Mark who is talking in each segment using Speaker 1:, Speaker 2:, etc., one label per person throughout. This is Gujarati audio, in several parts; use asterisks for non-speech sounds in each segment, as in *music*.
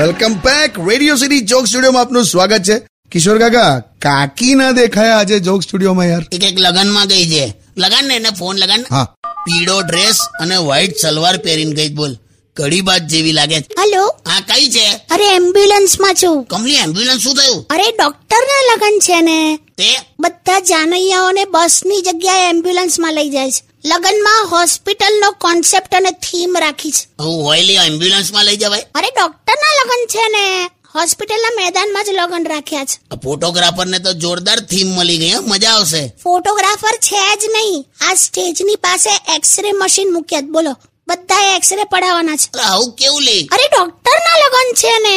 Speaker 1: વેલકમ બેક રેડિયો સિટી જોક સ્ટુડિયોમાં આપનું સ્વાગત છે કિશોર કાકા કાકી ના દેખાયા આજે જોક સ્ટુડિયોમાં યાર
Speaker 2: એક એક લગનમાં ગઈ છે લગન ને એને ફોન લગન
Speaker 1: હા
Speaker 2: પીળો ડ્રેસ અને વ્હાઈટ સલવાર પહેરીને ગઈ છે, બોલ કડી બાજ જેવી લાગે છે
Speaker 3: હલો
Speaker 2: આ કઈ છે
Speaker 3: અરે એમ્બ્યુલન્સ માં છું
Speaker 2: કમલી એમ્બ્યુલન્સ શું થયું
Speaker 3: અરે ડોક્ટર ના લગન છે ને
Speaker 2: તે
Speaker 3: બધા જાનૈયાઓને બસ ની જગ્યાએ એમ્બ્યુલન્સ માં લઈ જાય છે લગનમાં હોસ્પિટલ નો કોન્સેપ્ટ અને થીમ રાખી છે
Speaker 2: હું ઓઇલી એમ્બ્યુલન્સ માં લઈ જવાય
Speaker 3: અરે ડોક્ટર ના લગન છે ને હોસ્પિટલ ના મેદાનમાં જ લગન રાખ્યા છે
Speaker 2: ફોટોગ્રાફર ને તો જોરદાર થીમ મળી ગઈ હો, મજા આવશે
Speaker 3: ફોટોગ્રાફર છે જ નહીં આ સ્ટેજ ની પાસે એક્સરે મશીન મૂક્યા છે. બોલો બધા એક્સરે પડાવવાના છે
Speaker 2: અરે આવું કેવું લે
Speaker 3: અરે ડોક્ટર ના લગન છે ને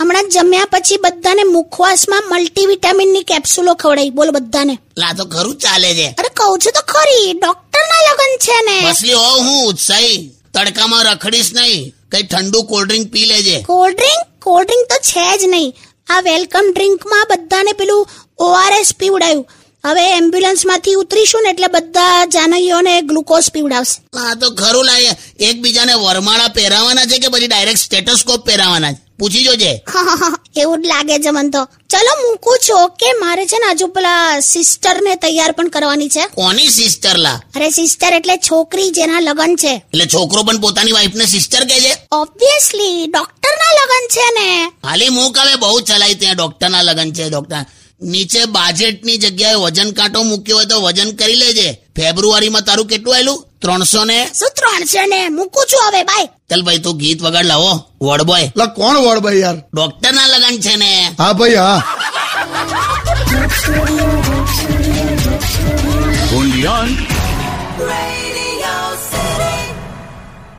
Speaker 3: હમણાં જમ્યા પછી બધાને મુખવાસમાં મલ્ટીવિટામિન ની કેપ્સ્યુલો ખવડાવી બોલો બધાને
Speaker 2: લા તો ખરું ચાલે છે
Speaker 3: અરે કહું છું તો ખરી ડોક્ટર ના લગન છે ને
Speaker 2: મસલી હોવ હું ઉત્સાહી તડકામાં રખડીશ નહીં કઈ ઠંડુ કોલ્ડ ડ્રિંક પી લેજે
Speaker 3: કોલ્ડ ડ્રિંક કોલ્ડ ડ્રિંક તો છે જ નહીં આ વેલકમ ડ્રિંકમાં બધાને પેલું ઓઆરએસ પીવડાયું હવે એમ્બ્યુલન્સ માંથી ઉતરીશું ને એટલે બધા જાનૈયોને ગ્લુકોઝ પીવડાવશે *laughs*
Speaker 2: આ તો ખરું લાગે એકબીજાને વરમાળા પહેરાવાના છે કે પછી ડાયરેક્ટ સ્ટેટોસ્કોપ પહેરાવાના છે પૂછી જોજે
Speaker 3: એવું જ લાગે છે મને તો ચલો મૂકું છું ઓકે મારે છે ને હજુ પેલા સિસ્ટર ને તૈયાર પણ કરવાની છે
Speaker 2: કોની સિસ્ટર લા
Speaker 3: અરે સિસ્ટર એટલે છોકરી જેના લગન છે
Speaker 2: એટલે છોકરો પણ પોતાની વાઈફ ને સિસ્ટર કહે છે
Speaker 3: ઓબ્વિયસલી ડોક્ટર ના લગન છે ને
Speaker 2: હાલી મૂક હવે બહુ ચલાય ત્યાં ડોક્ટર ના લગન છે ડોક્ટર નીચે બાજેટ ની જગ્યાએ વજન કાંટો મૂક્યો હોય તો વજન કરી લેજે ફેબ્રુઆરીમાં તારું કેટલું આવેલું ત્રણસો ને
Speaker 3: શું ત્રણસો ને મૂકું છું હવે બાય
Speaker 2: ચાલ ભાઈ તું ગીત વગર લાવો વડ બોય
Speaker 1: એટલે કોણ વડ ભાઈ યાર
Speaker 2: ડોક્ટર ના લગન છે ને
Speaker 1: હા ભાઈ હા
Speaker 4: Only on